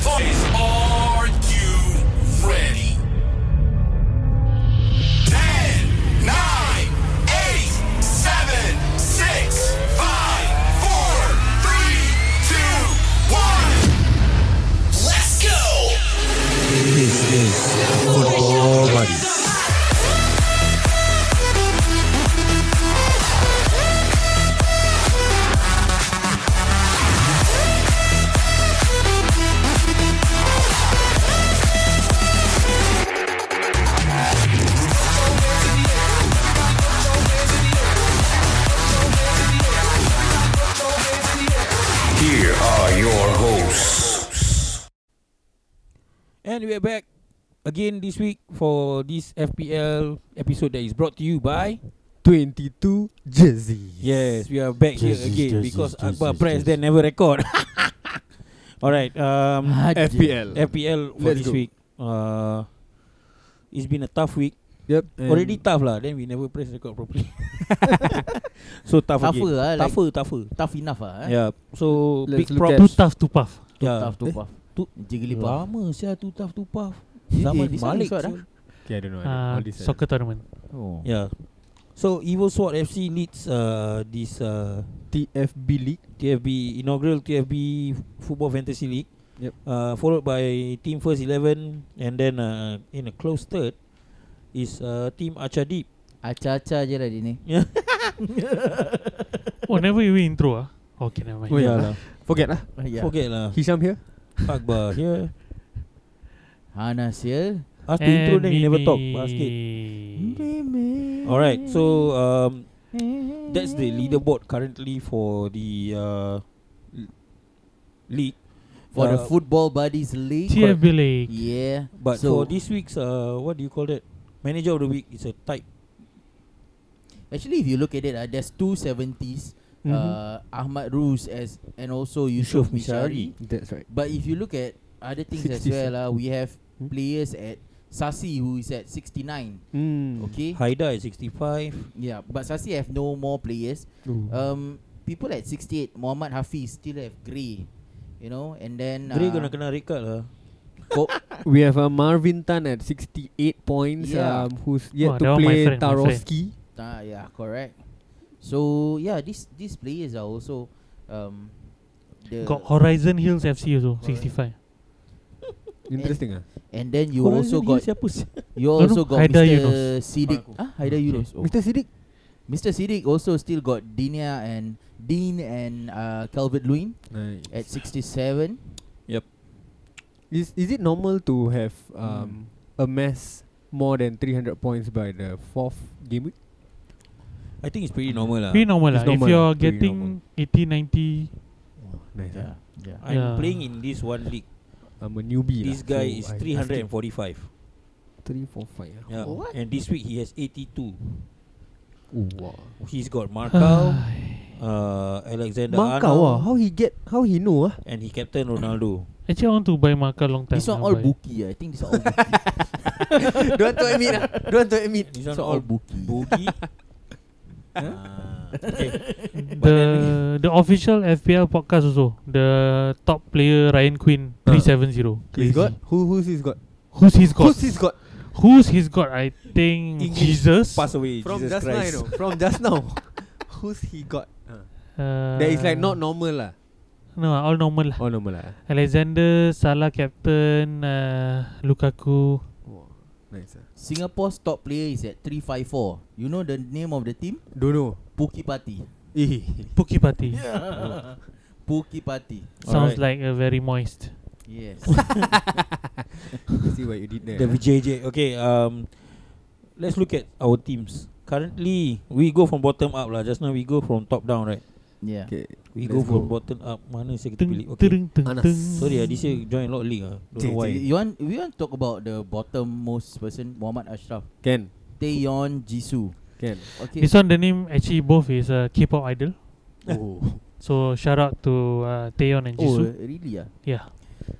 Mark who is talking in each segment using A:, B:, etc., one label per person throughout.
A: voice. Are you ready? Ten, nine, eight, seven, six, five, four, three, two, one. Let's go!
B: This is Football Buddies.
A: Here are your hosts.
C: And we're back again this week for this FPL episode that is brought to you by
B: 22 jerseys.
C: Yes, we are back here
D: Jerseys,
C: again
D: jerseys,
C: because
D: jerseys,
C: Akbar press
D: jerseys.
C: then never record. All right, um
B: FPL.
C: FPL for
B: Let's
C: this
B: go.
C: week. Uh it's been a tough week.
B: Yep.
C: Already tough lah, then we never press record properly. so tough
E: Tougher
C: again.
E: lah, like-
C: tougher, tougher.
E: Tough enough lah eh.
C: Yeah. So
B: Let's
C: big
B: look
C: props.
B: at-
D: Too tough to puff.
C: yeah.
E: Tough tu puff
C: Tu- Ya.
E: Jigglypuff
C: Lama saya tu tough tu puff.
E: Eh,
C: Zaman
E: this one
C: Malik.
E: is what
C: sia.
E: ah?
B: Okay, I don't know.
D: Uh, soccer tournament.
E: Oh.
C: Yeah. So Evil Sword FC leads uh, this uh,
B: TFB League.
C: TFB inaugural TFB Football Fantasy League.
B: Yep.
C: Uh, followed by Team First Eleven, and then uh, in a close third is uh, Team Achadeep.
E: Acah-acah je lah dia ni
C: Yeah.
D: oh, never even intro ah. Okay, never mind.
B: Oh,
C: lah.
B: yeah. Forget lah.
E: ya yeah.
C: Forget lah.
B: Hisham here.
C: Akbar here.
E: Hanas ya
C: Ask to intro then you never talk
D: Mimi.
C: basket. Alright, so um, that's the leaderboard currently for the uh, l- league.
E: For the
C: Uh,
E: football buddies league
D: TFB League.
E: Yeah
C: But
E: so,
C: for this week's uh, what do you call that? Manager of the week is a type.
E: Actually if you look at it uh, There's two 70s
C: Mhm.
E: uh, Ahmad Ruz as And also Yusuf
C: Yusof Mishari.
E: Mishari
B: That's right.
E: But if you look at Other things as
B: 67.
E: well uh, We have
B: Hmm?
E: players at Sasi who is at 69
B: Mm.
E: Okay
C: Haida is 65.
E: Yeah But Sasi have no more players
B: Ooh.
E: Um, people at 68, Muhammad Hafiz still have grey, you know, and then uh,
C: Dre gonna kena red card lah.
E: Ko-
B: we have uh, Marvin Tan at 68 points.
E: Yeah.
B: Um, who's yet
D: Oh,
B: to
D: that one my
B: play
D: friend, my friend.
B: Tarowski.
E: ah, yeah, correct. So yeah, these these players are also um, the
D: Got Horizon Hills FC also, 65.
B: Interesting ah.
E: and then you
C: Korang
E: also
C: ni
E: got
C: siapa sih?
E: you
D: No, no,
E: also got
D: Haidar
E: Mr.
D: Yunos.
E: Siddiq. Ah, Haidar Yunus. Oh.
B: Mr. Siddiq.
E: Mr. Siddiq also still got Dinia and Dean and uh, Calvert Lewin
B: Nice.
E: at 67.
B: Is is it normal to have um, amass more than 300 points by the fourth game week?
C: I think it's pretty normal lah.
D: Pretty normal
B: It's
D: lah. If
B: normal,
D: you're
B: pretty
D: getting 80, 90,
B: Oh, Nice. ah.
E: Yeah, yeah.
C: I'm
D: Yeah.
C: playing in this one league.
B: I'm a newbie.
C: This
B: lah,
C: guy is
B: so I- I
C: 345.
B: think Three, four, five. ah.
C: Yeah.
E: What?
C: And this week he has 82.
B: Ooh, wow.
C: He's got Markau, uh, Alexander
B: Markau
C: Arnold,
B: ah, how he get, how he know ah?
C: and he captain Ronaldo.
D: actually I want to buy Maka long time.
E: This one
D: never
E: all
D: buy.
E: bookie. ah. I think this one all bookie.
B: Don't want to admit ah. Don't want to admit.
C: These
E: This
C: are
E: one all
C: all
E: bookie.
C: boogie. Ah, okay. But then-
D: The the official FPL podcast also. The top player Ryan Quinn 370.
B: He's
D: Crazy.
B: got who? Who's he's got?
D: Who's he's got?
B: Who's he's got?
D: Who's he's got? I think
C: English
D: Jesus.
C: Pass away,
B: From
C: Jesus
B: just now, you
C: Christ.
B: know. From just now. Who's he got?
D: Uh,
B: That is like not normal lah.
D: No, all normal lah.
B: Oh normal lah.
D: Alexander, Salah captain, uh, Lukaku.
B: Wow. Nice ah.
E: Singapore's top player is at 354. You know the name of the team?
B: Don't know.
E: Puki Pati.
B: Eh.
D: Puki Pati.
E: Puki Pati.
D: Sounds like a very moist.
E: Yes.
B: See what you did there. ah.
C: The VJJ. Okay, um, let's look at our teams. Currently, we go from bottom up lah. Just now we go from top down, right?
E: yeah.
B: Okay.
C: We
B: let's
C: go from bottom up. Mana saya kita
D: Tung,
C: pilih? Okay.
D: tung, tung,
B: Anas.
D: tung.
C: Sorry, ah, this year join a lot of league ah. Don't know
B: Cik,
C: why.
E: You want we want to talk about the bottom most person Muhammad Ashraf.
B: Can.
E: Taeyeon Jisoo.
B: Can.
E: Okay.
D: This one the name actually both is uh, K-pop idol.
B: Oh.
D: So shout out to uh, Taeyeon and
E: oh,
D: Jisoo.
E: really ah.
D: Yeah.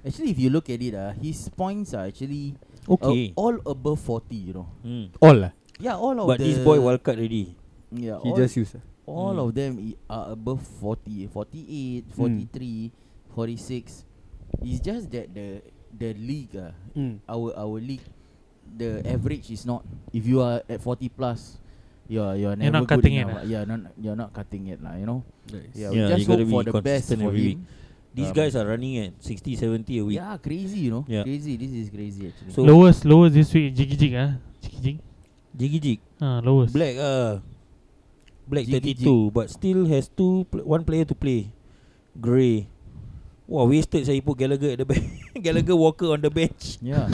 E: Actually if you look at it ah, his points are actually uh,
C: Okay.
E: all above 40, you know.
C: Mm.
B: All lah.
E: Yeah, all of
C: But
E: Oh, the
C: this boy wildcard already.
E: yeah,
B: He
E: all,
B: just use. ah.
E: all
C: Mm.
E: of them i- are above 40, 48, 43, 46. It's just that the the league, ah,
B: Mm.
E: our our league, the average is not. If you are at 40 plus, you're you're
D: You're
E: never
D: not
E: good
D: cutting it ah.
E: enough.
D: lah.
E: Yeah, not you're not cutting it lah. You know.
B: Nice.
C: Yeah,
E: Yeah, we
C: you
E: just
C: gotta
E: hope for
C: be
E: the best
C: consistent
E: for
C: every
E: him.
C: These
E: Um,
C: guys are running at 60, 70 a week.
E: Yeah, crazy. You know.
C: Yeah.
E: Crazy. This is crazy actually.
C: So-
D: Lowest lowest this week Jiggy Jig ah. Jiggy Jig.
C: Jiggy jig.
D: Ah lowest.
C: Black ah. Black
E: Jiggy
C: 32 but still has two pl- one player to play. Gray. Wah wasted saya put Gallagher at the bench. Gallagher Walker on the bench.
E: yeah.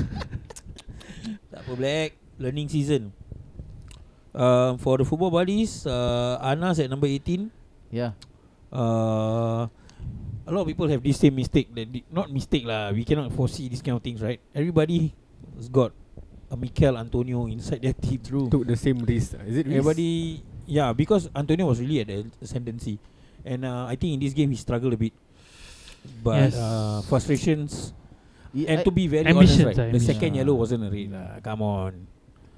C: Tak apa Black. Learning season. Um, for the football buddies, uh, Anas at number 18.
E: Yeah.
C: Uh, a lot of people have this same mistake that di- not mistake lah. We cannot foresee these kind of things, right? Everybody has got a Mikel Antonio inside their team. True.
B: Took the same risk. ah. Is it risk?
C: Everybody, yeah, because Antonio was really at the ascendancy, and uh, I think in this game he struggled a bit. But
D: Yes.
C: uh, frustrations
E: Y-
C: and
E: I-
C: to be very honest,
D: Ambitions, ah,
C: right, the
D: ambitions.
C: second yellow wasn't a red lah. Come on,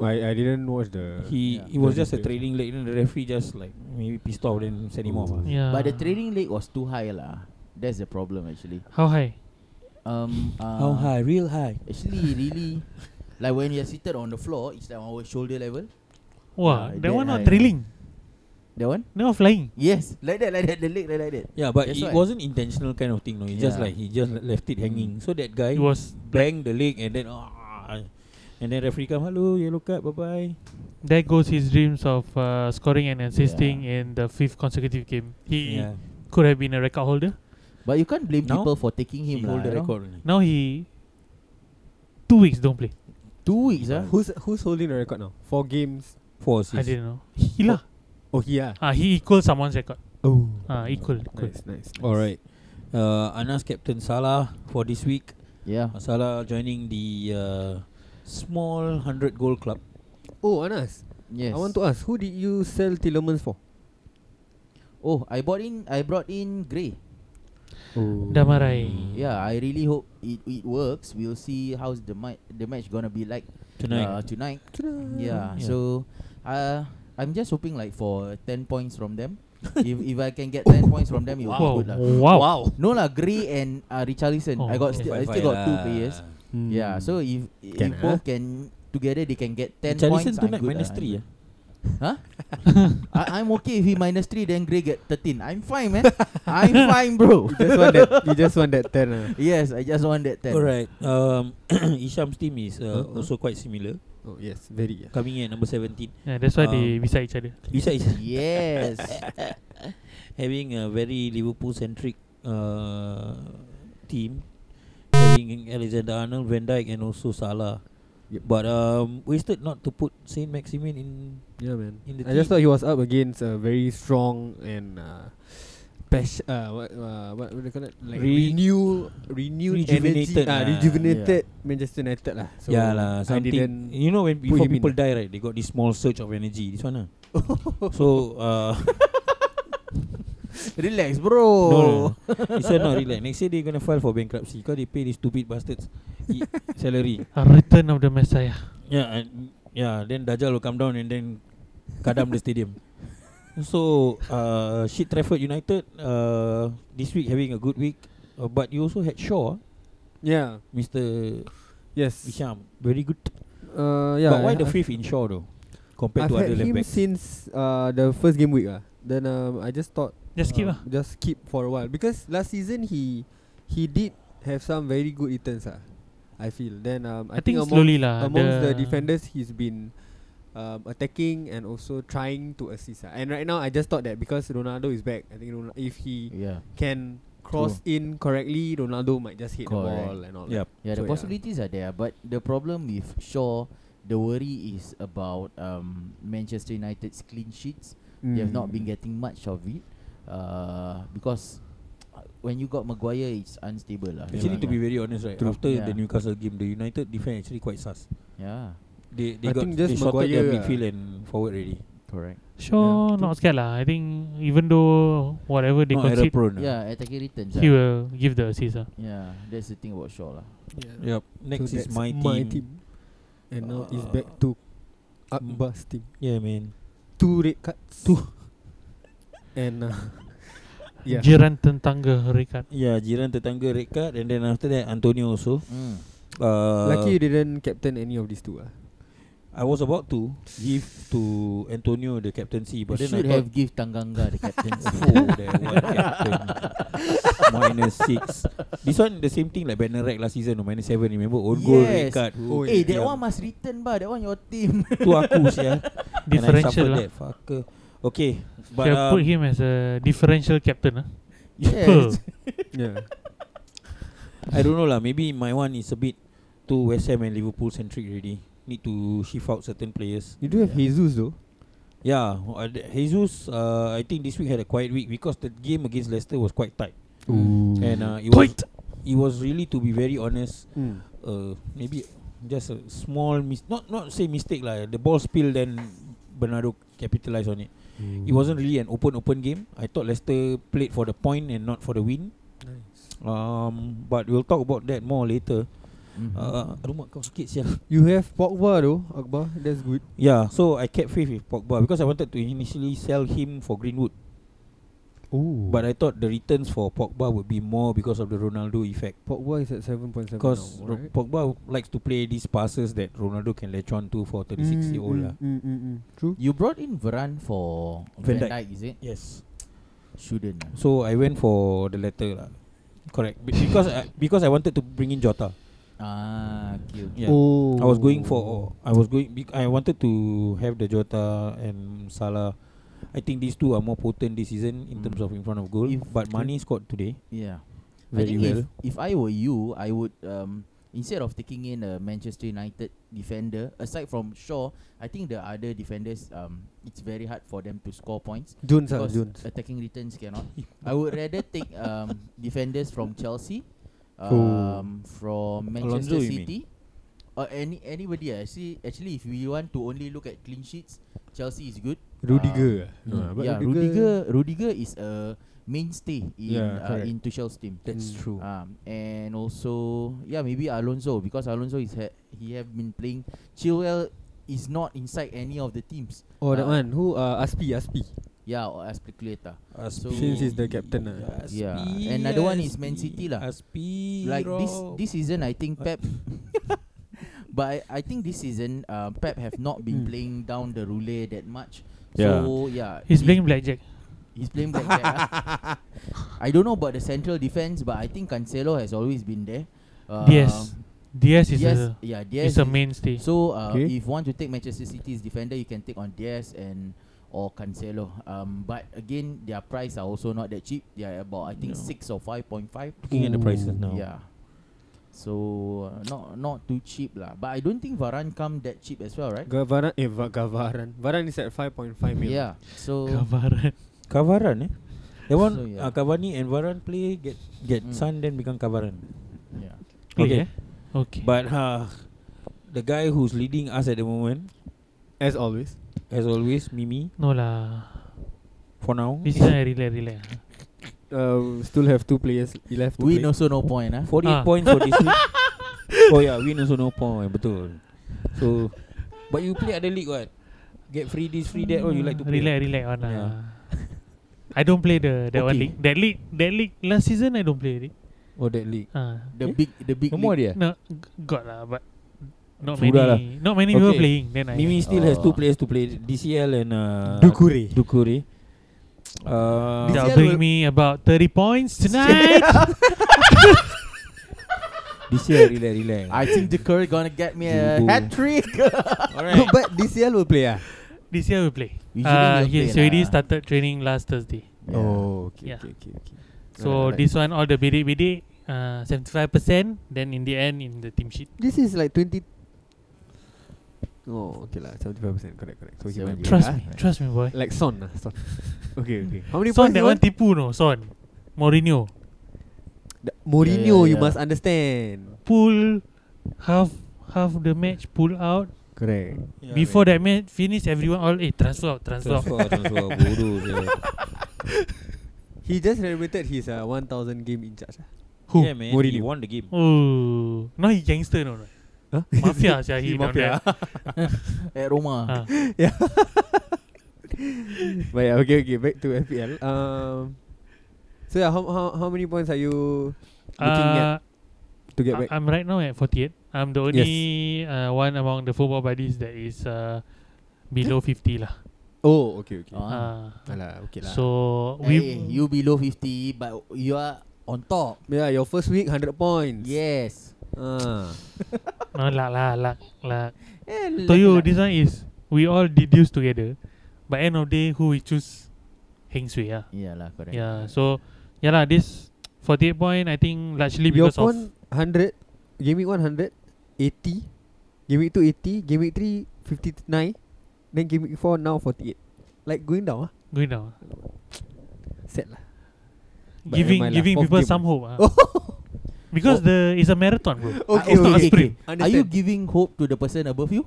B: I, I didn't watch the.
C: he it
E: Yeah.
C: was
B: Doesn't
C: just a
B: play.
C: trailing leg. Then the referee just like maybe pissed off then sent him off. ah.
D: Yeah.
E: But the trading leg was too high lah. That's the problem actually.
D: How high?
E: Um. Uh,
C: How high? Real high.
E: Actually, really, like when you're seated on the floor, it's like our shoulder level.
D: Wah,
E: Yeah,
D: that
E: that
D: one not
E: high.
D: drilling.
E: That one?
D: That one flying.
E: Yes, like that, like that, the leg, like, like that.
C: Yeah, but
E: That's
C: it
E: why.
C: wasn't intentional kind of thing. No, it's just
E: Yeah.
C: like he just le- left it hanging. So that guy
D: It was
C: banged the leg and then ah, and then referee come hello yellow card bye bye.
D: there goes his dreams of uh, scoring and assisting in the fifth consecutive game. He
C: Yeah,
D: could have been a record holder.
E: But you can't blame
C: Now,
E: people for taking
C: he
E: him lah.
C: hold the
E: you know.
C: record. only.
D: Now he two weeks don't play.
E: Two weeks ah.
B: Who's who's holding the record now? Four games.
C: Four
D: I
C: assists.
D: didn't know. He lah.
B: Oh yeah.
D: Ah, he equal someone's record.
B: Oh.
D: Ah, equal. equal.
B: Nice, nice.
C: All right. Uh, Anas captain Salah for this week.
E: Yeah.
C: Salah joining the uh, small hundred goal club.
B: Oh Anas,
E: Yes.
B: I want to ask, who did you sell Tillemans for?
E: Oh, I bought in. I brought in Gray.
B: Oh.
C: Hmm.
D: Damarai.
E: Yeah, I really hope it, it works. We'll see how's the mi- the match gonna be like
C: Tonight.
E: Uh, tonight.
C: Yeah.
E: Yeah. So, uh, I'm just hoping like for ten points from them. if if I can get ten points from them, it will
D: Wow.
E: be good lah.
D: Wow.
E: No lah, Gray and uh, Richarlison.
D: Oh,
E: I got
D: okay.
E: still I
C: Five-five
E: still got two
C: lah.
E: players.
D: hmm.
E: Yeah, so if
B: Can,
E: if
B: ah?
E: both can together they can get 10
C: Richarlison
E: points. I'm
C: tonight
E: good
C: minus
E: ah.
C: three. ah.
E: Huh? I, I'm okay if he minus 3 then Gray get 13. I'm fine, man. I'm fine, bro.
B: you just want that. You just want that ten. ah.
E: Yes, I just want that 10.
C: Alright. Um, Isham's team is uh,
B: Uh-huh.
C: also quite similar,
B: Oh yes, very. Yeah.
C: coming in at number seventeen.
D: Yeah, that's why
C: Um,
D: they beside each other.
C: Besides
E: Yes.
C: having a very Liverpool centric uh, team, having Alexander Arnold, Van Dijk, and also Salah.
B: Yep.
C: But um, wasted not to put Saint Maximin in.
B: Yeah, man.
C: In the
B: I
C: team.
B: just thought he was up against a very strong and uh, passion. Uh, what, uh, what what do you call it? Like
C: Re-
B: renew, renewed,
C: Rejuvenated
B: energy, ah,
C: lah.
B: rejuvenated Manchester United lah. So
C: yeah lah,
B: I
C: something.
B: didn't.
C: You know when
B: put
C: before
B: him in
C: people
B: lah.
C: die, right? They got this small surge of energy. This one lah. so uh,
E: Relax, bro.
C: no, no, no. this one not really. Next year they gonna file for bankruptcy because they pay these stupid bastards i- salary.
D: A return of the Messiah.
C: Yeah, Ya, and yeah. Then Dajjal will come down and then kadam the stadium. So, uh, shit Trafford United uh, this week having a good week, uh, but you also had Shaw,
B: Yeah.
C: Mister
B: Yes.
C: Isham, very good.
B: Uh, yeah.
C: but why
B: I-
C: the
B: I-
C: fifth in Shaw though, compared
B: I've
C: to other
B: had
C: left
B: him
C: backs?
B: since uh, the first game week. Ah, then um, I just thought
D: Just keep
B: uh,
D: ah.
B: just keep for a while because last season he he did have some very good returns. Ah, I feel. Then um, I,
D: I, think,
B: among
D: slowly uh, lah.
B: amongst the, defenders he's been um, attacking and also trying to assist. ah. And right now I just thought that because Ronaldo is back, I think Ronal- if he
E: Yeah.
B: can cross in correctly, Ronaldo might just hit the
E: Correct.
B: ball and all.
C: Yeah,
E: Yeah,
B: So, yeah.
E: the possibilities are there, but the problem with Shaw, the worry is about um, Manchester United's clean sheets.
B: that.
E: They have not
B: Mm.
E: been getting much of it, uh, because when you got Maguire, it's unstable lah.
C: Actually, to be very honest, right
B: True.
C: after the
E: Yeah.
C: Newcastle game, the United defense actually quite sus.
E: yeah,
C: They they
B: I
C: got
B: think just
C: they sorted their
B: Maguire, ah.
C: midfield and forward already.
E: correct.
D: Sure,
B: Yeah.
D: not scared lah. I think even though whatever they
C: Not error
D: concede,
C: prone. ah.
E: Yeah, attacking returns.
D: he
E: ah.
D: will give the assist ah.
E: Yeah, that's the thing about Shaw lah.
B: Yeah.
C: Yep. Next
B: So
C: is
B: that's
C: my team. Uh,
B: my team. And now it's back to Akbar's team.
C: Yeah, man.
B: Two red cards. Two. And uh, Yeah.
D: Jiran tentangga rekat.
C: Yeah, Ya, jiran tetangga red card and then after that Antonio also.
E: Mm.
C: Uh,
B: Lucky you didn't captain any of these two. Ah.
C: I was about to give to Antonio the captaincy,
E: You
C: but then I
E: should
C: thought,
E: have give Tanganga the captaincy.
C: Oh, there one captain minus six. This one the same thing like Bannerack last season, no, minus seven. Remember own goal red
E: Yes.
C: card.
B: Oh,
E: Eh, that
C: Yeah.
E: one must return bah. That one your team.
C: tu aku sia. And I
D: Differential
C: suffered
D: lah.
C: that fucker. Okay, but
D: Should have put
C: um,
D: him as a differential captain lah.
E: yes.
B: Yeah.
C: I don't know lah. Maybe my one is a bit too West Ham and Liverpool centric already. Need to shift out certain players.
B: You do have Jesus though.
C: Yeah, uh, the- Jesus. Uh, I think this week had a quiet week because the game against Leicester was quite tight,
B: Ooh.
C: and uh, it was it was really to be very honest.
B: Mm.
C: Uh, maybe just a small mis- not not say mistake lah. The ball spill then Bernardo capitalized on it. It wasn't really an open open game. I thought Leicester played for the point and not for the win. Um, but we'll talk about that more later.
E: Mhm.
C: Uh, aduh mak kau sakit sial.
B: You have Pogba though, Akbar. That's good.
C: Yeah, ya, so I kept faith with Pogba because I wanted to initially sell him for Greenwood,
B: Ooh.
C: but I thought the returns for Pogba would be more because of the Ronaldo effect.
B: Pogba is at seven point seven.
C: Because
B: now,
C: Ro-
B: right?
C: Pogba likes to play these passes that Ronaldo can latch on to for 36 year old lah.
B: Mm, mm, mm. True.
E: You brought in Varane for
C: Van
E: Van
C: Dijk.
E: Dijk, is it?
C: Yes.
E: Shouldn't. ah.
C: So I went for the latter lah. Correct. Be- because I, because I wanted to bring in Jota.
E: Ah, okay. okay.
C: Yeah.
B: Oh.
C: I was going for I was going bec- I wanted to have the Jota and Salah. I think these two are more potent this season in
E: Mm.
C: terms of in front of goal.
E: If-
C: but Mane scored today
E: Yeah. I
C: very
E: think
C: well.
E: If, if I were you, I would um instead of taking in a Manchester United defender, aside from Shaw, I think the other defenders um it's very hard for them to score points
B: Jones. Ah,
E: because
B: Jones.
E: attacking returns cannot. I would rather take um defenders from Chelsea,
B: Oh.
E: um from
C: Alonso,
E: Manchester
C: you
E: City. Or any anybody ah. actually actually if we want to only look at clean sheets, Chelsea is good.
B: Rudiger.
C: Mm.
B: ah. but
E: yeah, Rudiger Rudiger is a mainstay in
B: Yeah,
E: uh,
B: correct.
E: in Tuchel's team.
C: That's
B: Mm.
C: true.
E: Um, and also, yeah, maybe Alonso because Alonso is ha- he have been playing. Chilwell is not inside any of the teams.
B: Oh, that
E: Ah.
B: one. Who? Uh, Aspi. Aspi.
E: Yeah, or Aspilicueta. so-
B: Since he's the captain, ah.
E: Yeah. Another one is Man City lah.
C: Aspi
E: Like this this season, I think Pep. but I, I think this season, uh, Pep have not been
D: Hmm.
B: Mm.
E: playing down the roulette that much.
A: Yeah.
E: So yeah,
D: He's
E: he-
D: playing blackjack.
E: He's playing blackjack. ah. I don't know about the central defense, but I think Cancelo has always been there. Um,
D: Diaz. DS is
E: Diaz-
D: a
E: yeah, Diaz
D: is a
E: is-
D: mainstay.
E: So uh,
B: Okay.
E: if you want to take Manchester City's defender, you can take on Diaz and or Cancelo. Um, but again, their price are also not that cheap. They are about I think
C: No.
E: six or five point five.
C: Looking at the prices now.
E: Yeah. So uh, not not too cheap lah. But I don't think Varane come that cheap as well, right?
B: Gavaran. Eh, Va- Gavaran. Varan is at five point five mil.
E: Yeah. So
D: Kavaran.
C: Kavaran eh. That one
E: So,
C: so,
E: yeah.
C: yeah. uh, Cavani and Varane play get get
E: Mm.
C: mm. Sun then become Kavaran.
E: yeah.
C: Okay.
D: Okay. Okay.
C: But uh, the guy who's leading us at the moment,
B: As always.
C: as always, Mimi
D: no lah.
C: for now.
D: This one I relax relax.
B: Uh, still have two players left. To
E: Win
B: play.
E: also no point ah.
C: 48
D: Ah.
C: points for this week. oh yeah, win also no point, betul. So but you play other league what? Get free this, free that, or you like to play?
D: Relax relax on lah.
C: Yeah.
D: I don't play the that one
C: Okay.
D: league. That league that league last season I don't play already.
C: Oh that league.
D: Ah.
E: The big the big
C: No more
E: league.
C: dia.
D: No g- got lah but not many
C: Sudah lah.
D: not many people
C: Okay.
D: playing then I
C: Mimi still has two
E: Oh.
C: players to play, DCL and uh,
B: Dukure.
C: Dukure. Uh,
D: That'll bring me about 30 points tonight.
C: DCL relax, relax.
E: I think the Curry gonna get me a
C: Dugu.
E: hat trick.
B: No, but DCL will play. Ah.
D: this year we play.
E: Usually
D: Uh,
E: we'll
D: yes,
E: play
D: already
E: lah.
D: started training last Thursday.
E: Yeah.
B: Oh, okay,
D: Yeah.
B: okay, okay, okay. Alright,
D: So
B: alright.
D: this one all the bidik bidik uh, 75% then in the end in the team sheet.
B: This is like 20 Oh, okay lah 75% correct correct So he might be
E: Yeah,
D: trust
B: right,
D: me,
B: ah.
D: trust me boy.
B: Like Son lah Son Okay okay How many
D: Son
B: points
D: that
B: you
D: one
B: want?
D: tipu no Son. Mourinho
B: Da- Mourinho
E: Yeah, yeah,
B: you
E: yeah.
B: must understand
D: pull half half the match pull out
B: Correct
C: Yeah,
D: before
C: man.
D: that match finish everyone all eh transfer out transfer, out.
C: Transfer, transfer, bodoh je.
B: He just celebrated his uh, 1000 game in charge ah.
D: Who?
C: Yeah man, he
B: Mourinho.
C: won the game.
D: Oh, now he gangster no right?
B: Huh?
D: Mafia sia he,
B: He
D: down
B: ah. mafia.
D: there.
E: At Roma.
D: Ah.
B: But yeah okay okay Back to FPL um, So yeah, how, how, how many points are you looking
D: Uh,
B: at to get
D: I,
B: back?
D: I'm right now at 48. I'm the only uh, one among the football buddies that is uh, below 50 lah.
B: oh, okay, okay.
E: Ah.
D: Uh,
B: Alah, okay lah.
D: so we
E: Hey, you below 50 but you are on top.
B: yeah, your first week 100 points.
E: Yes.
B: Ah.
D: no lah lah lah lah.
E: Eh,
D: To you,
E: lucky
D: this one is we all deduce together. But end of day, who we choose? Heng Sui ah.
E: lah. Yeah lah, correct.
D: Yeah. So yeah lah. This 48 point, I think largely
B: Your
D: because
B: phone 100, game week 100, 80, game week 2, 80, game week 3, 59, then game week 4, now 48. Like going down ah.
D: of going down.
B: Sad lah. But
D: giving
B: nevermind lah,
D: giving
B: fourth
D: people
B: game. Oh,
D: some hope. ah. Because the it's a marathon, bro.
B: Ah,
E: Okay,
D: it's not a
E: okay,
D: sprint.
E: Are you giving hope to the person above you?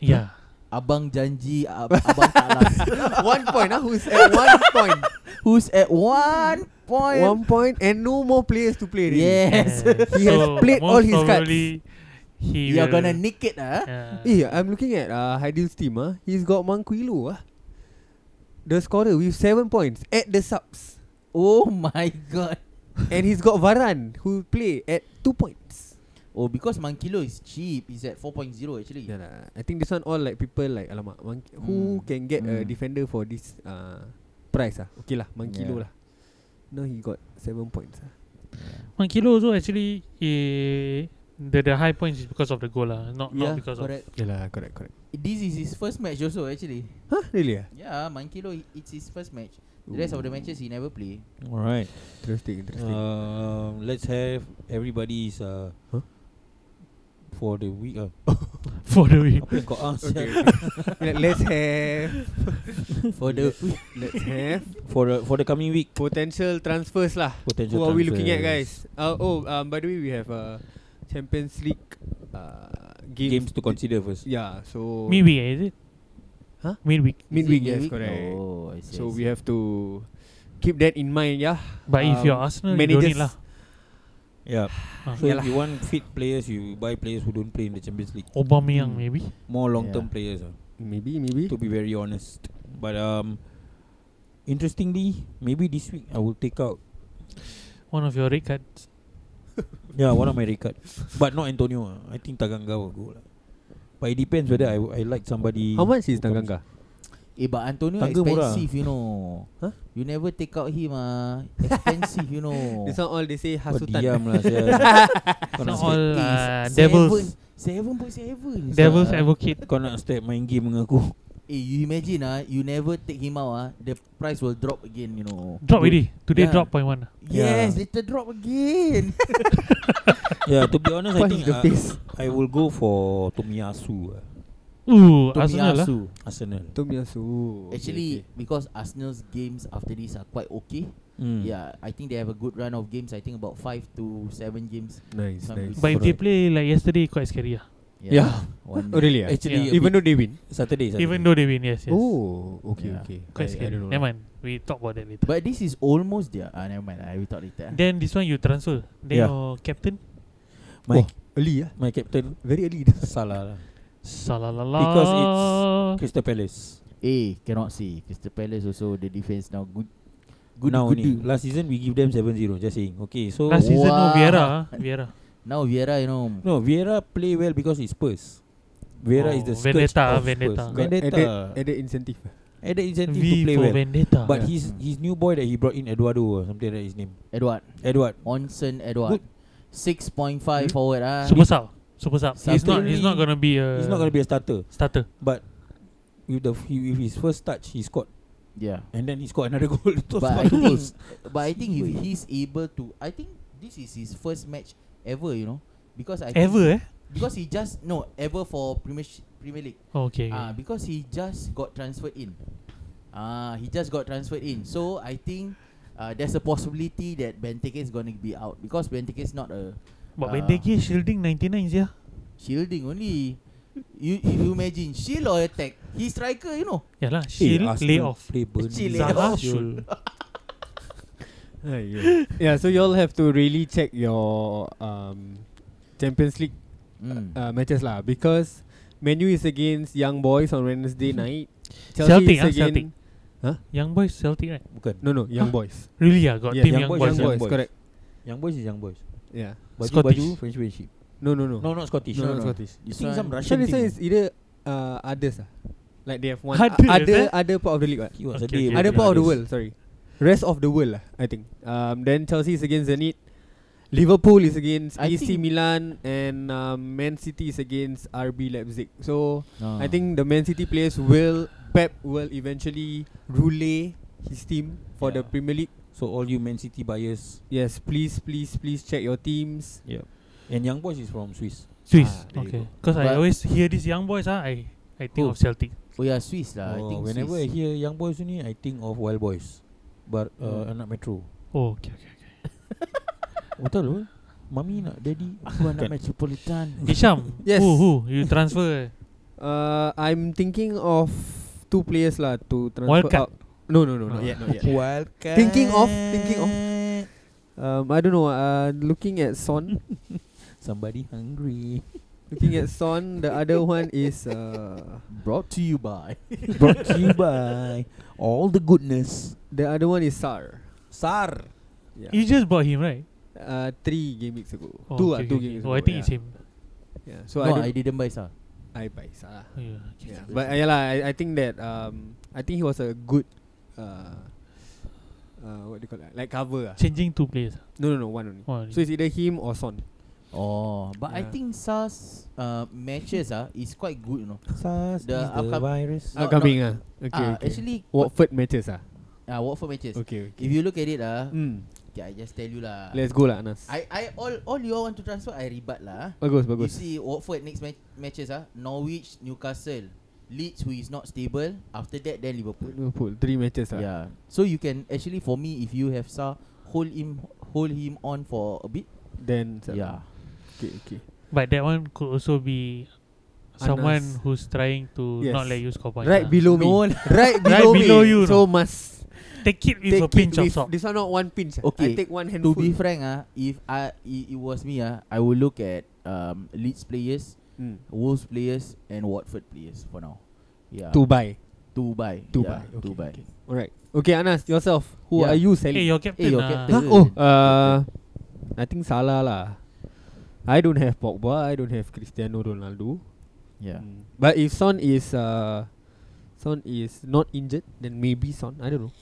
D: Yeah.
E: Abang janji ab- Abang tak last
B: one point ah, who's at one point.
E: Who's at one point
B: one point and no more players to play really.
E: Yes
B: He has played all
D: most
B: his cards.
D: probably He
E: You're
D: will,
E: gonna nick it ah.
D: yeah.
B: Eh, I'm looking at uh, Haidil's team ah. He's got Manquillo ah. The scorer with 7 points at the subs.
E: Oh my god
B: and he's got Varan who play at 2 points.
E: Oh because Mankilo is cheap He's at 4.0 actually
B: Yeah, lah. I think this one all like people like alamak Mank- who
E: Mm.
B: can get a
E: Mm.
B: defender for this uh, price ah. Okay lah, Manquillo
E: Yeah.
B: lah. Now he got 7 points ah.
D: One kilo also actually eh, the the high points is because of the goal lah, not
E: Yeah,
D: not because
E: correct.
D: of.
B: Yeah, lah, correct correct.
E: This is his first match also actually
B: Huh, really ah?
E: Yeah Mankilo i- It's his first match The rest of the matches He never play
C: Alright.
B: Interesting, interesting.
C: Um, let's have everybody's uh,
B: Huh?
C: for the week. Uh,
D: for the week.
C: apa yang kau ask?
B: okay. okay. let's have
E: For the
B: let's have
C: For the for the coming week.
B: potential transfers lah.
C: Potential
B: Who are we looking at,
C: transfers.
B: guys? Uh, oh, um, by the way, we have uh, Champions League uh, games.
C: Games to consider first.
B: Yeah, so
D: Midweek eh, is it?
B: Huh?
D: Midweek.
B: midweek,
E: Is it
B: yes,
E: midweek?
B: correct.
E: Oh I see
B: So
E: I
B: we
E: see.
B: have to keep that in mind, yeah.
D: But
B: Um,
D: if you're Arsenal, you don't
B: managers-
D: need lah.
C: Yeah.
D: Ah.
C: So
B: Yeah
C: if you want fit players, you buy players who don't play in the Champions League.
D: Aubameyang
B: Hmm.
D: maybe.
C: More long-term
E: Yeah.
C: players. Uh,
B: Maybe, maybe.
C: to be very honest, but um, interestingly, maybe this week I will take out
D: One of your red cards.
C: Yeah, one of my red card. But not Antonio. ah. I think Taganga will go lah. But it depends whether I I like somebody.
B: How much is
C: who comes-
B: Tanganga?
E: Eh but Antonio
C: Tangga murah.
E: expensive you know
B: Huh?
E: You never take out him ah Expensive you know Eh,
B: This one all they say
C: Kau
B: hasutan.
C: diam lah saya. kau, nak step,
D: Not all
E: Eh,
D: uh,
E: seven-
D: devils
E: Seven point seven
D: devils
C: Ah.
D: advocate.
C: kau nak step main game dengan aku.
E: Eh you imagine ah You never take him out ah The price will drop again you know
D: Drop already. Today
E: Yeah.
D: drop point one.
C: Yeah.
E: Yes later drop again
C: yeah, to be honest, I
B: Punch
C: think
B: the
C: uh,
B: face.
C: I will go for Tomiyasu. ah.
D: Ooh, Arsenal lah.
E: Tomiyasu
C: Arsenal.
B: Tomiyasu. Okay,
E: Actually because Arsenal's games after this are quite okay
C: Mm.
E: Yeah I think they have a good run of games I think about 5 to 7 games
B: okay. nice,
C: um,
E: Some
B: nice.
E: good-
D: But if they play like yesterday, quite scary ah.
B: Yeah.
E: One
B: Oh, really? ah?
C: Actually,
D: Yeah.
C: a
B: Even
C: bit-
B: though they win.
C: Saturday, Saturday.
D: Even though they win, yes, yes.
B: Oh, okay,
E: Yeah.
B: okay.
D: quite
B: I, I
D: scary.
B: don't know.
D: Never mind. We talk about that later.
E: But this is almost there Ah never mind I will talk later ah.
D: Then this one you transfer. Then
C: Yeah.
D: your captain
C: my
B: Oh, early, ah.
C: my captain
B: Very early.
C: salah lah.
D: Salalala.
C: Because it's Crystal Palace.
E: Eh cannot see Crystal Palace also The defense now good Good
C: now
E: good
C: only.
E: do.
C: Last season we give them 7-0 Just saying. Okay, so
D: last season no
E: Wah.
D: Vieira, ah, Vieira.
E: Now Vieira you know
C: no Vieira play well because it's Spurs. Vieira
D: Oh,
C: is the
D: Vendetta,
C: scourge of
D: Vendetta.
C: Spurs.
B: Got
C: Vendetta.
B: added, added incentive.
C: Added incentive to
D: V
C: play
D: for
C: well.
D: Vendetta.
C: But
B: Yeah.
C: his his new boy that he brought in Eduardo or something like that his name.
E: Edward
C: Edward.
E: Onsen Edward.
C: Good.
E: 6.5 forward ah.
D: Hmm? super sub, super sub. He's not. He's
C: Suddenly-
D: not gonna be a.
C: Uh, He's not gonna be a starter,
D: starter.
C: but with the he, with his first touch he scored
E: Yeah.
C: and then he scored another goal. So
E: But I
C: scored two
E: think
C: goals.
E: but I think if he's able to I think this is his first match ever, you know. Because I think,
D: Ever eh?
E: because he just no ever for Premier Sh- Premier League.
D: Oh, okay.
E: Ah
D: okay.
E: because he just got transferred in. Ah he just got transferred in. So I think uh, there's a possibility that Benteke is going to be out because Benteke is not a
C: uh,
D: but
E: ah.
D: Benteke shielding 99 yeah.
E: shielding only. You if you imagine shield or attack, he's striker, you know.
D: Yeah lah.
C: Eh,
D: Shield
C: Arsenal
D: lay off.
C: Play Burnley.
E: Chill lay
D: Zaha
E: off.
D: should.
B: Ah, yeah. yeah, so you all have to really check your um, Champions League
E: Mm.
B: uh, matches lah because Menu is against Young Boys on Wednesday night.
D: Mm-hmm. Celtic,
B: is
D: ah,
B: again-
D: Celtic.
B: Huh?
D: Young Boys Celtic right?
C: Bukan.
B: No, no, Young Boys.
D: Really ah, got
B: Yeah,
D: team
C: Young
D: Young,
C: Boys,
D: Boys.
B: young
D: ah.
B: Boys, correct.
C: Young boys is young boys.
B: Yeah.
C: Baju
D: Scottish.
C: baju French friendship.
B: No, no, no.
C: No, not Scottish.
B: No,
C: No,
B: not
C: no,
B: Scottish.
C: I think some
B: So
C: Russian
B: this one
C: thing.
B: is either uh, others ah, like they have one
D: Others,
B: others, other
D: eh?
B: other part of the league. What?
C: He was a
D: Okay,
C: day
D: okay,
C: with
B: Other
D: okay.
B: part of the
C: others.
B: world. Sorry, rest of the world lah. I think. Um, then Chelsea is against Zenit. Liverpool is against
E: I
B: AC
E: think-
B: Milan and um, Man City is against RB Leipzig. So
E: Ah.
B: I think the Man City players will Pep will eventually relay his team for the
C: Yeah.
B: Premier League.
C: So all you Man City buyers.
B: Yes, please, please, please check your teams.
C: Yeah. And young boys is from Swiss.
D: Swiss.
B: Ah, there you
D: okay.
B: go.
D: Because I
E: But-
D: always hear these Young Boys ah, I I think
C: Who?
D: of Celtic.
E: Oh yeah, Swiss lah. I
C: Oh,
E: think
C: whenever
E: Swiss.
C: I hear young boys only, I think of wild boys. But uh, anak metro.
D: Oh, okay, okay.
C: Betul apa? Mami nak daddy.
E: Aku anak metropolitan.
D: Hisham.
B: Yes.
D: Who who you transfer? eh?
B: Uh, I'm thinking of two players lah to transfer
D: Wildcard.
B: out. No, no, no,
D: Ah.
B: not yet, not yet.
C: Wildcat.
B: Thinking of, thinking of. Um, I don't know. Uh, looking at Son,
C: Somebody hungry.
B: looking at Son. The other one is uh,
E: Brought to you by.
C: Brought to you by all the goodness.
B: the other one is Sar.
C: Sar.
D: You
B: Yeah.
D: just bought him, right?
B: Uh, three game weeks ago.
D: Oh,
B: two,
D: okay,
B: uh, two
D: okay,
B: game weeks
D: okay. Oh,
B: ago.
D: I think
B: yeah.
D: it's him.
B: Yeah. So
E: So
B: I
E: no,
B: don't.
E: I, didn't buy sah.
B: I buy Sar.
D: Oh, yeah. okay.
B: Yeah. But uh, yeah lah, I, I think that um, I think he was a good. Uh, uh, what do you call that? Like cover ah.
D: Changing two players.
B: No, no, no, one only.
D: Oh,
B: So it's either him or Son.
E: Oh, but I
B: Yeah.
E: think SARS uh, matches ah is quite good, you know.
C: SARS
E: The
C: the is the
E: upcom-
C: virus.
E: No,
B: Upcoming
E: no.
B: ah. Okay,
E: ah,
B: okay.
E: actually
B: Watford matches ah.
E: ah Watford matches.
B: Okay, okay.
E: If you look at it ah,
B: Mm.
E: okay, I just tell you lah.
B: Let's go lah Anas.
E: I I all all you all want to transfer I rebat lah. ah.
B: bagus
E: You
B: bagus.
E: see Watford next ma- matches ah Norwich, Newcastle, Leeds who is not stable. After that then Liverpool.
B: Liverpool three matches lah.
E: Yeah. So you can actually for me if you have Sa hold him hold him on for a bit.
B: Then so-
E: Yeah.
B: Okay, okay.
D: But that one could also be someone
B: Anas.
D: who's trying to
B: Yes.
D: not let you score points.
B: Right
D: ah.
B: below me.
E: No
B: right below,
D: below
B: me.
D: you,
B: lah. So must
D: Take it with
B: take
D: a
B: it
D: pinch of
B: with
D: salt.
B: this one not one pinch. ah. I
E: Okay,
B: take one handful.
E: To be frank ah, if I it, it was me ah, I will look at um Leeds players,
B: mm.
E: Wolves players, and Watford players for now. Yeah.
B: to buy.
E: Dubai.
B: To
E: yeah,
B: buy. Okay,
E: Dubai.
B: okay. Alright. Okay Anas yourself. Who
E: Yeah.
B: are you
D: Hey,
B: selling?
D: your captain.
E: Eh, your
D: ah.
E: captain.
B: huh? Oh, uh, I think Salah lah. I don't have Pogba. I don't have Cristiano Ronaldo.
E: Yeah.
B: Mm. But if Son is uh, Son is not injured, then maybe Son. I don't know.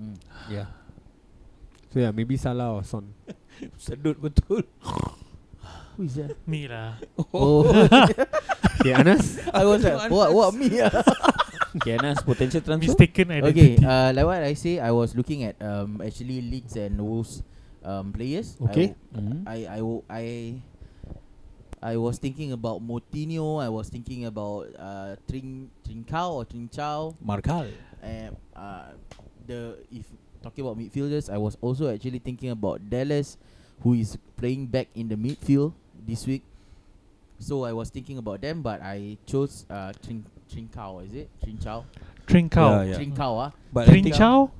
E: Mm.
B: Yeah. So yeah, maybe Salah or Son.
C: Sedut betul.
E: Who is that?
D: Me lah.
E: Oh,
B: Okay, Anas.
E: I was like, what? What me? ah?
C: Kenas potential transfer.
D: Mistaken
E: okay.
D: identity.
E: Uh, like what I say, I was looking at um actually Leeds and Wolves um players. I
B: Okay. Mm-hmm.
C: Mm.
E: w- I I wo- I I was thinking about Moutinho. I was thinking about uh Trin Trincao or Trinchao.
C: Markal.
E: And uh, the if talking about midfielders, I was also actually thinking about Dallas, who is playing back in the midfield this week. So I was thinking about them, but I chose uh, Trin Trincao. Is it Trinchao?
D: Trinkau.
C: Yeah. Hmm.
E: Trincao. Ah,
C: But I think
D: Trinchao?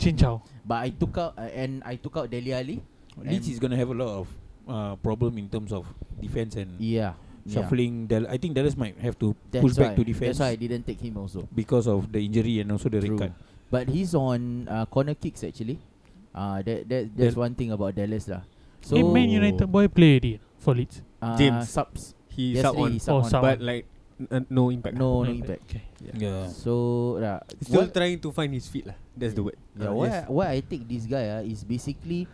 D: Chinchao.
E: but I took out uh, and I took out Deli Ali.
C: Leeds is going to have a lot of uh, problem in terms of defense and
E: Yeah. yeah.
C: shuffling. Dal- I think Dallas might have to
E: That's
C: push back
E: why-
C: to defense
E: That's why I didn't take him also.
C: because of the injury and also the red
E: True.
C: card.
E: But he's on uh, corner kicks actually. Uh, that that that's
C: Dal-
E: one thing about Dallas lah. So
D: So hey, Man United boy play already for Leeds.
E: uh,
B: James.
E: subs.
B: Ah. He
E: Yes,
B: sub on,
E: he sub
D: Oh,
E: on.
D: sub
B: but like n- uh, no impact.
E: No, no
D: Okay.
E: impact.
D: Okay.
C: Yeah.
E: So, yeah.
B: Still
E: what,
B: trying to find his feet lah. That's the word. Uh,
E: yeah, what,
B: yes.
E: I, what I take this guy ah is basically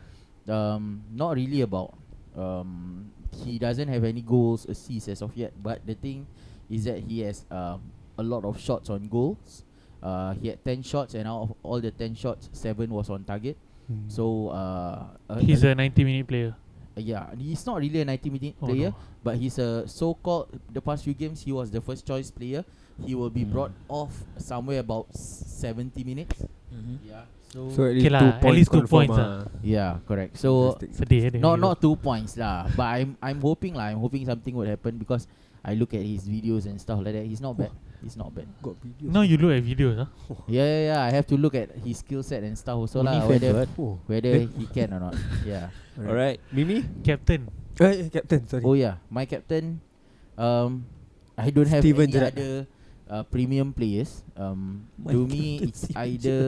E: um, not really about um, he doesn't have any goals, assists as of yet. But the thing is that he has um, a lot of shots on goals. Uh, he had 10 shots, and out of all the 10 shots, 7 was on target.
B: Hmm.
E: So, uh, a-
D: He's
E: a,
D: a 90 minute player.
E: Uh, yeah, he's not really a 90 minute
D: Oh,
E: player,
D: no.
E: but he's a so called the past few games, he was the first choice player. He will
D: Mm.
E: be brought off somewhere about s- 70 minutes.
C: Mm-hmm.
E: Yeah. So,
B: So at least
D: Okay lah,
B: two
D: at
B: points.
D: least two
B: confirm
D: points
B: ah.
E: yeah, correct. So
B: Fantastic.
D: Sedih eh dia.
E: not not two points lah, but I'm I'm hoping lah. I'm hoping something would happen because I look at his videos and stuff like that. He's not bad. He's not bad.
B: Got video.
D: Now you look at videos ah.
E: Yeah, yeah, yeah. I have to look at his skill set and stuff also lah.
C: Only fan,
E: Whether
C: but-
B: Oh.
E: whether he can or not. Yeah.
C: Alright.
B: Mimi?
D: Captain.
B: Uh, captain, sorry.
E: Oh yeah, my captain. Um, I don't have
B: Steven
E: any
B: Gerrard.
E: other uh, premium players. Um,
C: My
E: to me,
C: goodness,
E: it's
C: imagine.
E: either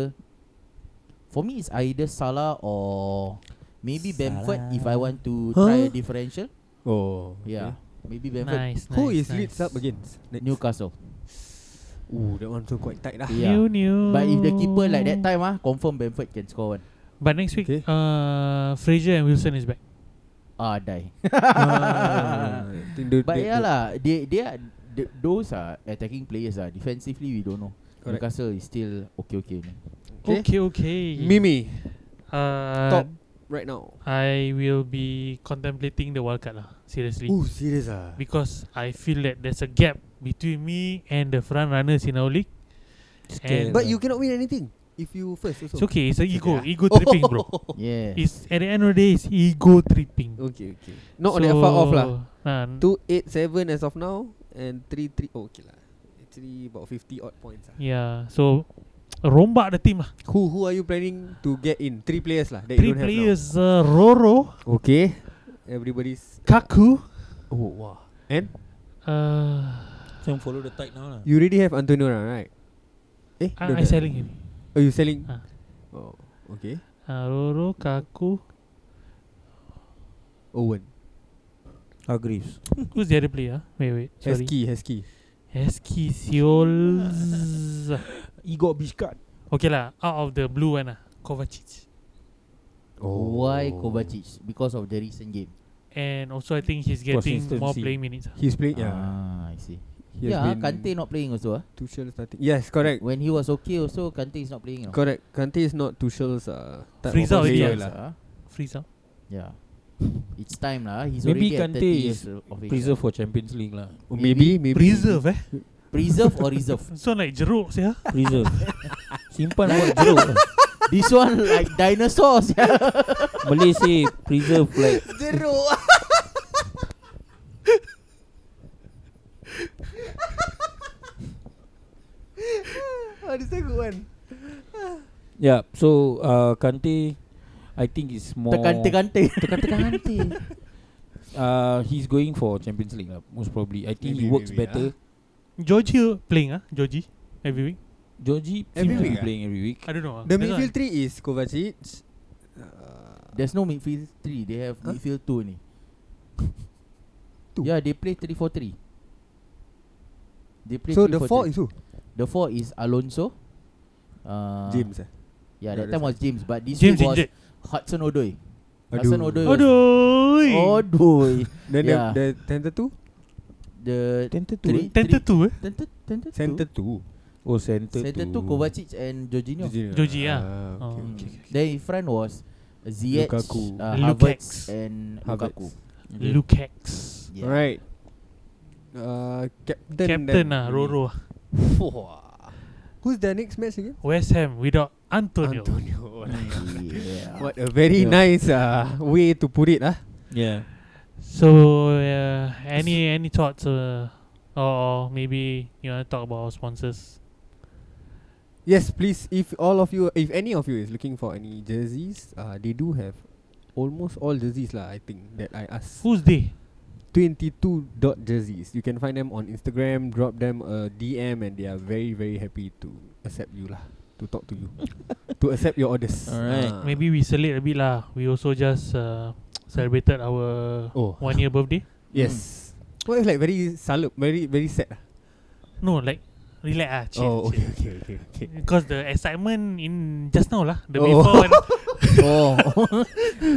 E: for me it's either Salah or maybe Bamford if I
C: Salah.
E: want to
B: Huh?
E: try a differential.
B: Oh,
E: Yeah, maybe Bamford.
D: Nice, nice.
B: Who is
D: nice.
B: Leeds up against? Next.
E: Newcastle.
B: Ooh, that one so quite tight lah.
E: Yeah.
D: New, new.
E: But if the keeper like that time ah, confirm Bamford can score one.
D: But next week,
B: Okay.
D: uh, Fraser and Wilson is back.
E: Ah, die.
B: Ah, I think the-
E: But
B: the-
E: yeah
B: the-
E: lah, they they are th- those are attacking players ah. Defensively, we don't know.
B: Correct.
E: Newcastle is still okay okay. only.
B: Okay.
D: Okay, okay.
B: Mimi
D: uh,
B: top right now.
D: I will be contemplating the wildcard lah. Seriously.
B: Ooh, serious ah.
D: Because I feel that there's a gap between me and the front runners in our league. And
B: But you cannot win anything if you first also.
D: it's okay. It's a ego.
B: okay
D: Ego tripping, bro.
B: Oh,
E: Yeah.
D: It's at the end of the day, it's ego tripping.
B: Okay, okay. Not on that far off lah.
D: Nah,
B: Two eight seven as of now and three three. Oh, okay lah. Actually about fifty odd points. Ah.
D: yeah. So rombak the team lah.
B: Who who are you planning to get in? Three players lah. That
D: Three
B: you don't
D: players: uh, Roro,
B: Have now. Okay. Everybody's.
D: Kaku.
B: Oh wow. And
D: Uh,
C: Don't follow the tide now lah.
B: you already have Antonio lah, right? Eh, no,
D: Ah, I,
B: no.
D: I selling him.
B: Oh, you selling?
D: Ah.
B: Oh, okay.
D: Uh, Roro, Kaku.
B: Owen.
C: Hargreaves.
D: Who's the other player? ah. Wait, wait. Sorry.
B: Heskey, Heskey.
D: Eskisiolz.
C: Igor Biskat.
D: okay lah. Out of the blue one lah. Kovacic.
E: Why
B: Oh.
E: Kovacic? Because of the recent game.
D: And also I think he's getting more
C: Consistency.
D: playing minutes. ah.
B: He's played, yeah.
E: Ah, I see.
B: He has
E: yeah,
B: been
E: Kante not playing also. ah.
B: Tuchel starting. Yes, correct.
E: When he was okay also, Kante is not playing. You know.
B: Correct. Kante is not Tuchel's uh, type
D: Freeze
B: of
D: out
B: player
D: already,
B: lah.
E: Ah,
D: Freeze out.
E: Yeah. It's time lah. ah. He's
C: Maybe
E: already
C: Kante
E: at 30 years
C: is
E: of age.
C: Preserve for Champions League lah.
B: Oh, maybe, maybe.
D: Preserve eh.
E: Preserve or reserve?
D: So like ah. jeruk yeah.
C: Preserve. Simpan buat jeruk. lah.
E: This one like dinosaurs.
C: Malay say preserve like
E: Jeruk.
B: Oh, this is a good one.
C: Yeah, so uh, Kante, I think is
B: Oh.
C: more
E: Tekan-tekan.
C: tekan tekan Uh, he's going for Champions League lah, most probably. I think
B: Maybe,
C: he works
B: maybe,
C: better.
D: Georgie playing ah, Georgie every week.
C: Georgie
B: Every
C: seems to
B: week
C: be
B: ah?
C: playing every week.
D: I don't know. ah.
B: The
D: That's
B: midfield
D: why-
B: three is Kovacic. Uh,
E: There's no midfield 3. They have
B: Huh?
E: midfield 2 ni.
B: Two.
E: Yeah, they play 3-4-3. They play
B: so
E: 3-4-3.
B: the four is who?
E: the 4 is Alonso. Uh,
B: James. Eh? Yeah,
E: Yeah, that time was James. But this
D: James
E: week was
D: injured.
E: Hudson Odoi.
B: Aduh.
E: Hudson Odoi. was-
D: Aduh.
E: Odoi.
B: Then
E: Yeah.
B: the, the center two?
E: The
C: Center two.
E: three-
D: Ten to
E: three-
D: two eh.
E: Center center two.
B: Center two.
C: Oh, center,
E: Center two Kovacic and Jorginho.
D: Georgie, yeah.
B: Ah, okay,
D: Oh.
E: Mm.
B: okay.
E: Then in front was Ziyech,
B: Lukaku.
E: uh,
D: Lukacs.
E: Havertz and
B: Havertz.
E: Lukaku.
C: Okay.
D: Lukacs.
E: Yeah.
B: Alright. Uh, captain.
D: Captain
B: then.
D: ah, Roro. ah.
B: Who's their next match again?
D: West Ham without Antonio.
B: Antonio.
E: Yeah.
B: What a very
C: Yeah.
B: nice uh, way to put it, ah.
C: Yeah.
D: So uh, any any thoughts uh, or maybe you want to talk about our sponsors?
B: Yes, please. If all of you, if any of you is looking for any jerseys, uh, they do have almost all jerseys lah. I think that I asked.
D: Who's they?
B: Twenty-two dot jerseys. You can find them on Instagram. Drop them a DM, and they are very very happy to accept you lah, to talk to you, to accept your orders.
C: Alright.
B: Ah.
D: Maybe we select a bit lah. We also just uh, celebrated our
B: Oh.
D: one year birthday.
B: Yes.
D: Hmm.
B: What if like very salup, very very sad. ah?
D: No, like relax ah. Chill,
B: oh, okay,
D: chill.
B: okay, okay, okay.
D: Because the excitement in just now lah, the
B: Oh.
D: before one,
E: oh.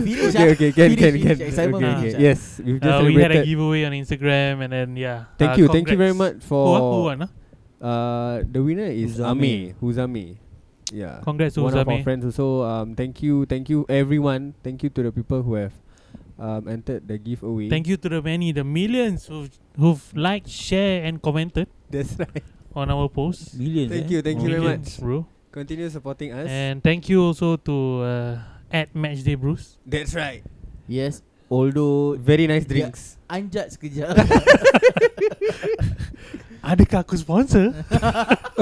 E: finish
B: Okay,
E: ah.
B: okay, can,
E: Finish,
B: can, can.
E: finish, excitement
B: Okay,
E: finish,
B: okay.
E: ah.
B: Yes, we've just
D: uh, we had
B: celebrated.
D: a giveaway on Instagram and then yeah.
B: thank
D: uh,
B: you, thank you very
D: congrats.
B: much
D: Who, won- who
B: for
D: won? ah?
B: Uh, the winner is
C: Huzami.
B: Ame. Huzami. Yeah.
D: Congrats to
B: One of our
D: Uzame.
B: friends also. Um, thank you, thank you everyone. Thank you to the people who have um, entered the giveaway.
D: Thank you to the many, the millions who've, who've liked, share, and commented
B: That's right.
D: on our post.
C: Millions.
B: Thank
C: eh?
B: you, thank you very
C: Millions.
D: Millions,
B: much.
D: bro.
B: Continue supporting us.
D: And thank you also to uh, at Matchday Bruce.
B: That's right.
E: Yes. Although
B: Very nice
E: Yeah.
B: drinks.
E: anjat sekejap.
D: Adakah aku sponsor?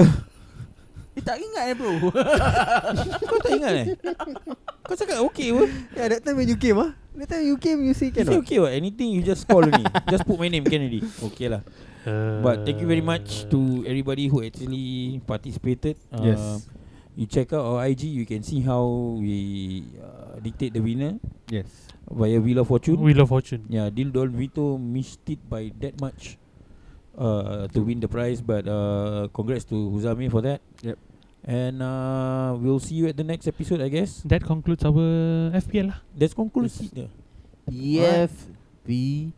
E: eh, tak ingat eh bro.
C: Kau tak ingat eh? Kau cakap okay pun.
B: Yeah, that time when you came, ah, The time you came, you say
C: He say
B: cannot.
C: okay what, anything you just call me. just put my name can already. Okay lah.
D: Uh,
C: But thank you very much to everybody who actually participated.
B: Yes.
C: Uh, you check out our IG, you can see how we uh, dictate the winner
B: Yes.
C: via Wheel of Fortune.
D: Wheel of Fortune.
C: yeah, Dildol Vito missed it by that much uh, to win the prize. But uh, congrats to Huzami for that.
B: Yep.
C: And uh, we'll see you at the next episode, I guess.
D: That concludes our FPL lah.
C: That's concludes it.
E: EFBL.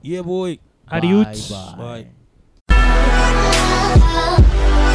C: Yeah, boy.
D: Adios.
E: Bye-bye.
C: Bye.
A: Bye.